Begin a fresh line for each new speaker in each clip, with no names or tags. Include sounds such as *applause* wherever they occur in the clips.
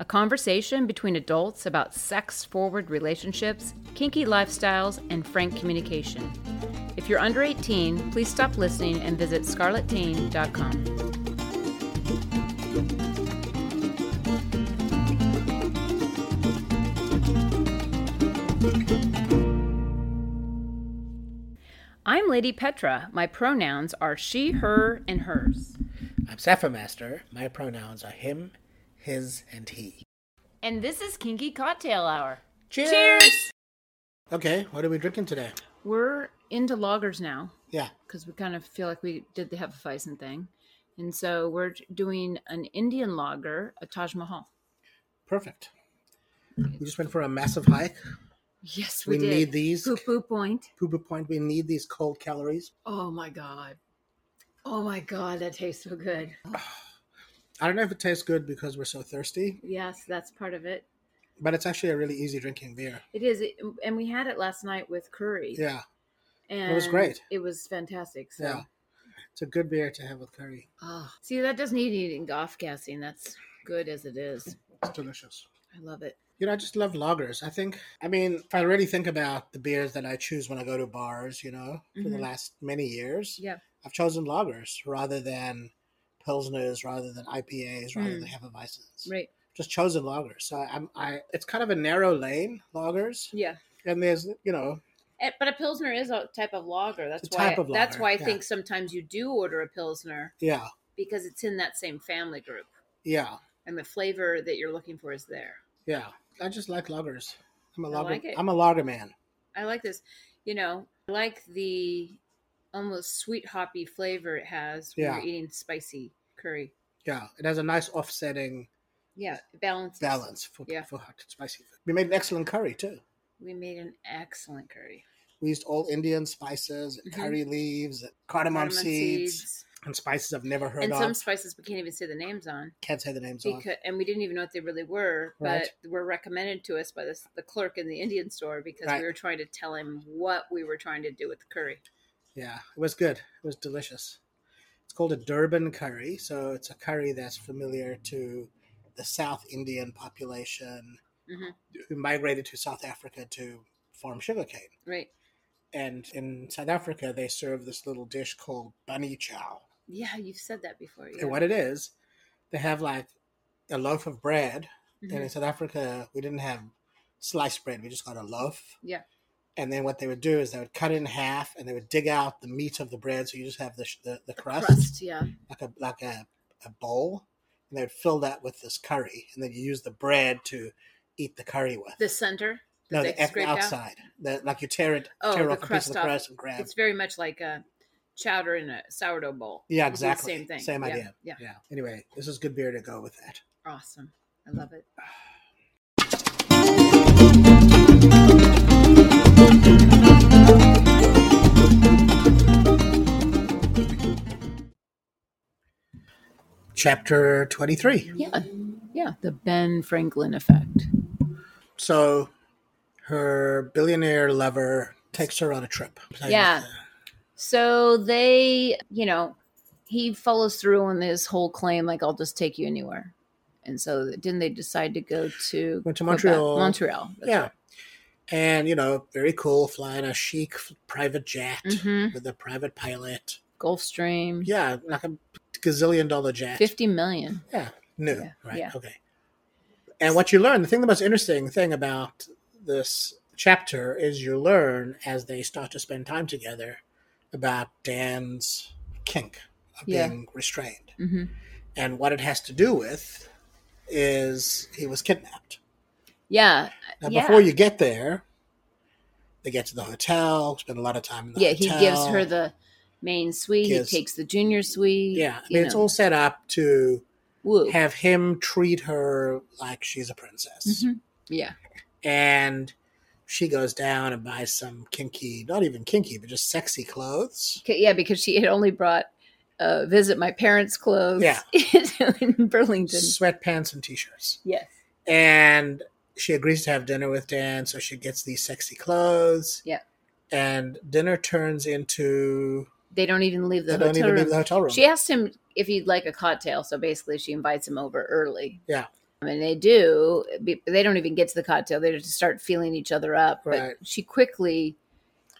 a conversation between adults about sex forward relationships, kinky lifestyles, and frank communication. If you're under 18, please stop listening and visit scarlettteen.com. I'm Lady Petra. My pronouns are she, her, and hers.
I'm Sapphire Master. My pronouns are him, his, and he.
And this is Kinky Cocktail Hour.
Cheers! Okay, what are we drinking today?
We're into loggers now
Yeah,
because we kind of feel like we did the Hefeweizen thing. And so we're doing an Indian lager, a Taj Mahal.
perfect. We just went for a massive hike.
Yes,
we We did. need these.
Poo poo point.
Poo poo point, we need these cold calories.
Oh my god. Oh my god, that tastes so good.
I don't know if it tastes good because we're so thirsty,
Yes, that's part of it.
but it's actually a really easy drinking beer.
It is, it, and we had it last night with curry.
Yeah,
and
was great.
It was fantastic. So,
yeah. It's a good beer to have with curry.
Ah. see, that doesn't need eating off gassing. That's good as it is.
It's delicious.
I love it.
You know, I just love lagers. I think, I mean, if I really think about the beers that I choose when I go to bars, you know, for the
Mhm.
last many years,
Yeah,
I've chosen lagers rather than pilsners, rather than IPAs, rather
Mm.
than hefeweizens.
right.
Just chosen lagers. So I'm, I, it's kind of a narrow lane lagers,
Yeah,
and there's, you know,
Eh, but a pilsner is a type of lager. That's
It's a
why.
type of
that's
lager,
why I
yeah.
think sometimes you do order a pilsner
yeah,
because it's in that same family group,
yeah,
and the flavor that you're looking for is there.
yeah. I just like lagers. I'm a
I
lager.
like it.
I'm a lager man.
I like this. You know, I like the almost sweet hoppy flavor it has when
Yeah.
you're eating spicy curry.
Yeah, it has a nice offsetting
Yeah, it balances.
balance for
Yeah.
for hot and spicy. food. We made an excellent curry too.
We made an excellent curry.
We used all Indian spices, and
Mhm.
curry leaves, and cardamom,
Cardamom
seeds, and spices I've never heard
and
of.
some spices we can't even say the names on.
Can't say the names of.
Because, and we didn't even know what they really were, but
Right.
were recommended to us by this, the clerk in the Indian store because
Right.
we were trying to tell him what we were trying to do with the curry.
Yeah, it was good. It was delicious. It's called a Durban curry, so it's a curry that's familiar to the South Indian population
Mhm.
who migrated to South Africa to farm sugarcane.
Right?
And in South Africa, they serve this little dish called bunny chow.
Yeah, you've said that before. Yeah.
And what it is, they have like a loaf of bread. And
Mhm.
in South Africa, we didn't have sliced bread, we just got a loaf.
Yeah.
And then what they would do is they would cut it in half and they would dig out the meat of the bread. So you just have the, sh- the, the crust.
Crust, yeah.
like a like a, a bowl, and they would fill that with this curry, and then you use the bread to eat the curry with.
The center. that
no,
they
the ex-
scrape out?
outside, the, like you tear it,
Oh,
tear
the
off a piece
crust
of the
off.
crust and grab.
It's very much like a chowder in a sourdough bowl.
yeah,
It's the
exactly.
Same thing.
Same
Yeah,
idea.
Yeah.
yeah. Anyway, this is good beer to go with that.
Awesome. I love it.
Chapter twenty-three.
Yeah.
Mm-hmm.
Yeah. The Ben Franklin effect.
So, her billionaire lover takes her on a trip.
Yeah. So they, you know, he follows through on this whole claim, like, I'll just take you anywhere. And so didn't they decide to go to,
Went to
Quebec-
Montreal.
Montreal.
yeah. And you know, very cool, flying a chic private jet
Mm-hmm.
with a private pilot.
Gulfstream.
Yeah, like a gazillion dollar jet.
50 million.
Yeah, new.
Yeah,
Right.
yeah.
Okay. And what you learn, the thing, the most interesting thing about this chapter is you learn as they start to spend time together about Dan's kink of
Yeah.
being restrained.
hmm
And what it has to do with is he was kidnapped.
Yeah.
Now,
yeah.
before you get there, they get to the hotel, spend a lot of time in the
yeah, he
hotel.
gives her the main suite.
Gives-
he takes the junior suite.
Yeah, I
you
mean, it's
know.
all set up to
Woo.
have him treat her like she's a princess.
Mhm. Yeah.
And she goes down and buys some kinky, not even kinky, but just sexy clothes.
'Kay, Yeah, because she had only brought uh, visit my parents' clothes
Yeah.
*laughs* in Burlington.
Sweatpants and t shirts.
Yes.
and she agrees to have dinner with Dan, so she gets these sexy clothes.
Yeah.
And dinner turns into
They don't even leave the
they don't
hotel
even
room.
leave the hotel room.
She asked him if he'd like a cocktail, so basically she invites him over early.
Yeah.
I mean, they do. be- They don't even get to the cocktail. They just start feeling each other up.
Right.
But she quickly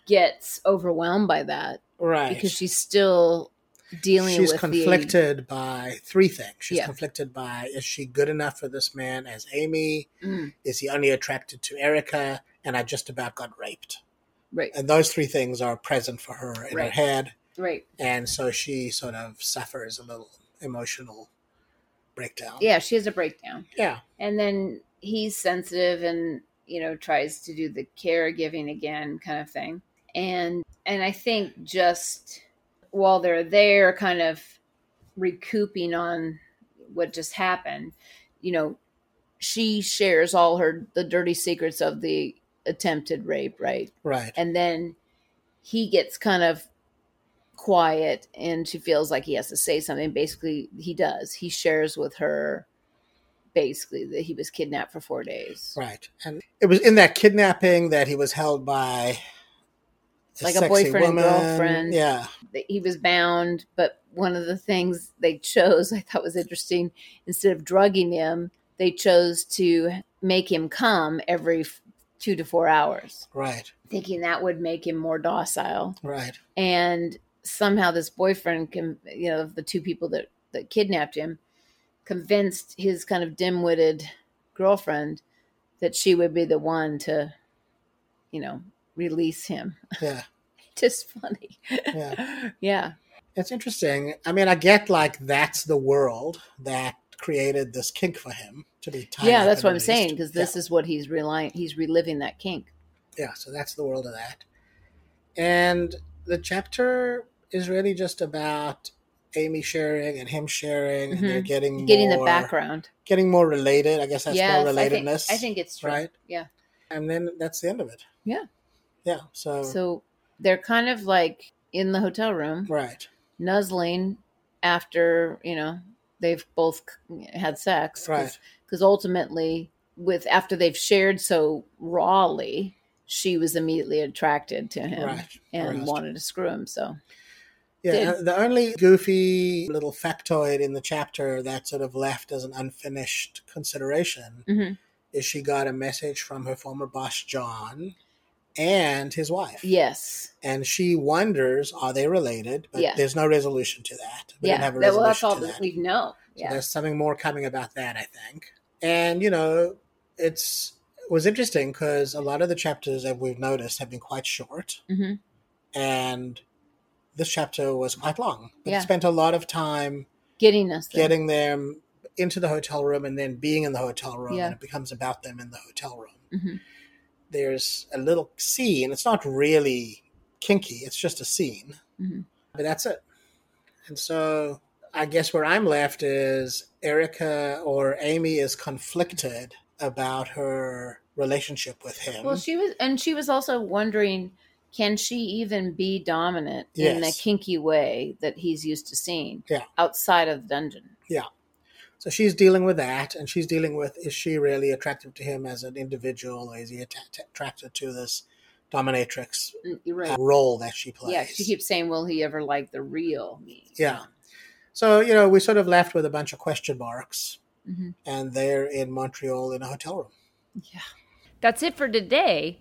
gets overwhelmed by that
right.
because she's still dealing
she's
with the
conflicted by three things. She's
Yeah.
conflicted by is she good enough for this man as Amy?
Mm,
Is he only attracted to Erica? And I just about got raped.
right,
And those three things are present for her in her
Right.
head.
right.
And so she sort of suffers a little emotional breakdown.
Yeah, she has a breakdown.
Yeah.
And then he's sensitive and, you know, tries to do the caregiving again kind of thing. And and I think just while they're there kind of recouping on what just happened, you know, she shares all her the dirty secrets of the attempted rape, right?
Right.
and then he gets kind of quiet and she feels like he has to say something basically he does he shares with her basically that he was kidnapped for four days
Right. And it was in that kidnapping that he was held by
Like a
sexy
boyfriend and girlfriend.
Yeah.
That he was bound but one of the things they chose *laughs* i thought was interesting instead of drugging him they chose to make him come every f- two to four hours
Right.
thinking that would make him more docile
Right.
and somehow this boyfriend can you know the two people that that kidnapped him convinced his kind of dim-witted girlfriend that she would be the one to you know release him *laughs*
Yeah.
just funny
Yeah.
yeah
It's interesting. I mean, I get like that's the world that created this kink for him to be tied.
yeah
up
that's
and
what i'm
released.
saying because this
yeah.
is what he's relying he's reliving that kink
yeah. So that's the world of that. And the chapter is really just about Amy sharing and him sharing, and they're
Mhm.
getting
getting the
more-
background
getting more related. I guess that's
yes
more
I, think,
relatedness.
I think it's true
right?
yeah
and then that's the end of it.
Yeah.
Yeah. So,
so they're kind of like in the hotel room
right,
nuzzling after you know they've both c- had sex
right,
because ultimately with after they've shared so rawly she was immediately attracted to him
right.
and
Aroused.
wanted to screw him so
yeah. The only goofy little factoid in the chapter that sort of left as an unfinished consideration
Mhm.
is she got a message from her former boss John and his wife.
yes
And she wonders, are they related? But
Yeah.
there's no resolution to that. We
yeah
don't have a
That-
resolution
well that's all
to
that
that.
we know
So
yeah
there's something more coming about that, I think. And you know, it's it was interesting because a lot of the chapters that we've noticed have been quite short,
Mhm.
and this chapter was quite long. But
Yeah.
it spent a lot of time
getting us there.
getting them into the hotel room and then being in the hotel room,
Yeah.
and it becomes about them in the hotel room.
Mhm.
There's a little scene. It's not really kinky. It's just a scene,
Mhm.
but that's it. And so I guess where I'm left is Erica or Amy is conflicted about her relationship with him.
well she was and she was also wondering can she even be dominant in the
Yes.
kinky way that he's used to seeing
Yeah.
outside of the dungeon
so she's dealing with that, and she's dealing with is she really attractive to him as an individual, or is he att- attracted to this dominatrix
Mm, you're
uh,
right
role that she plays?
Yeah, she keeps saying, "Will he ever like the real me?"
Yeah. So, you know, we sort of left with a bunch of question marks,
hmm
and they're in Montreal in a hotel room.
Yeah. That's it for today.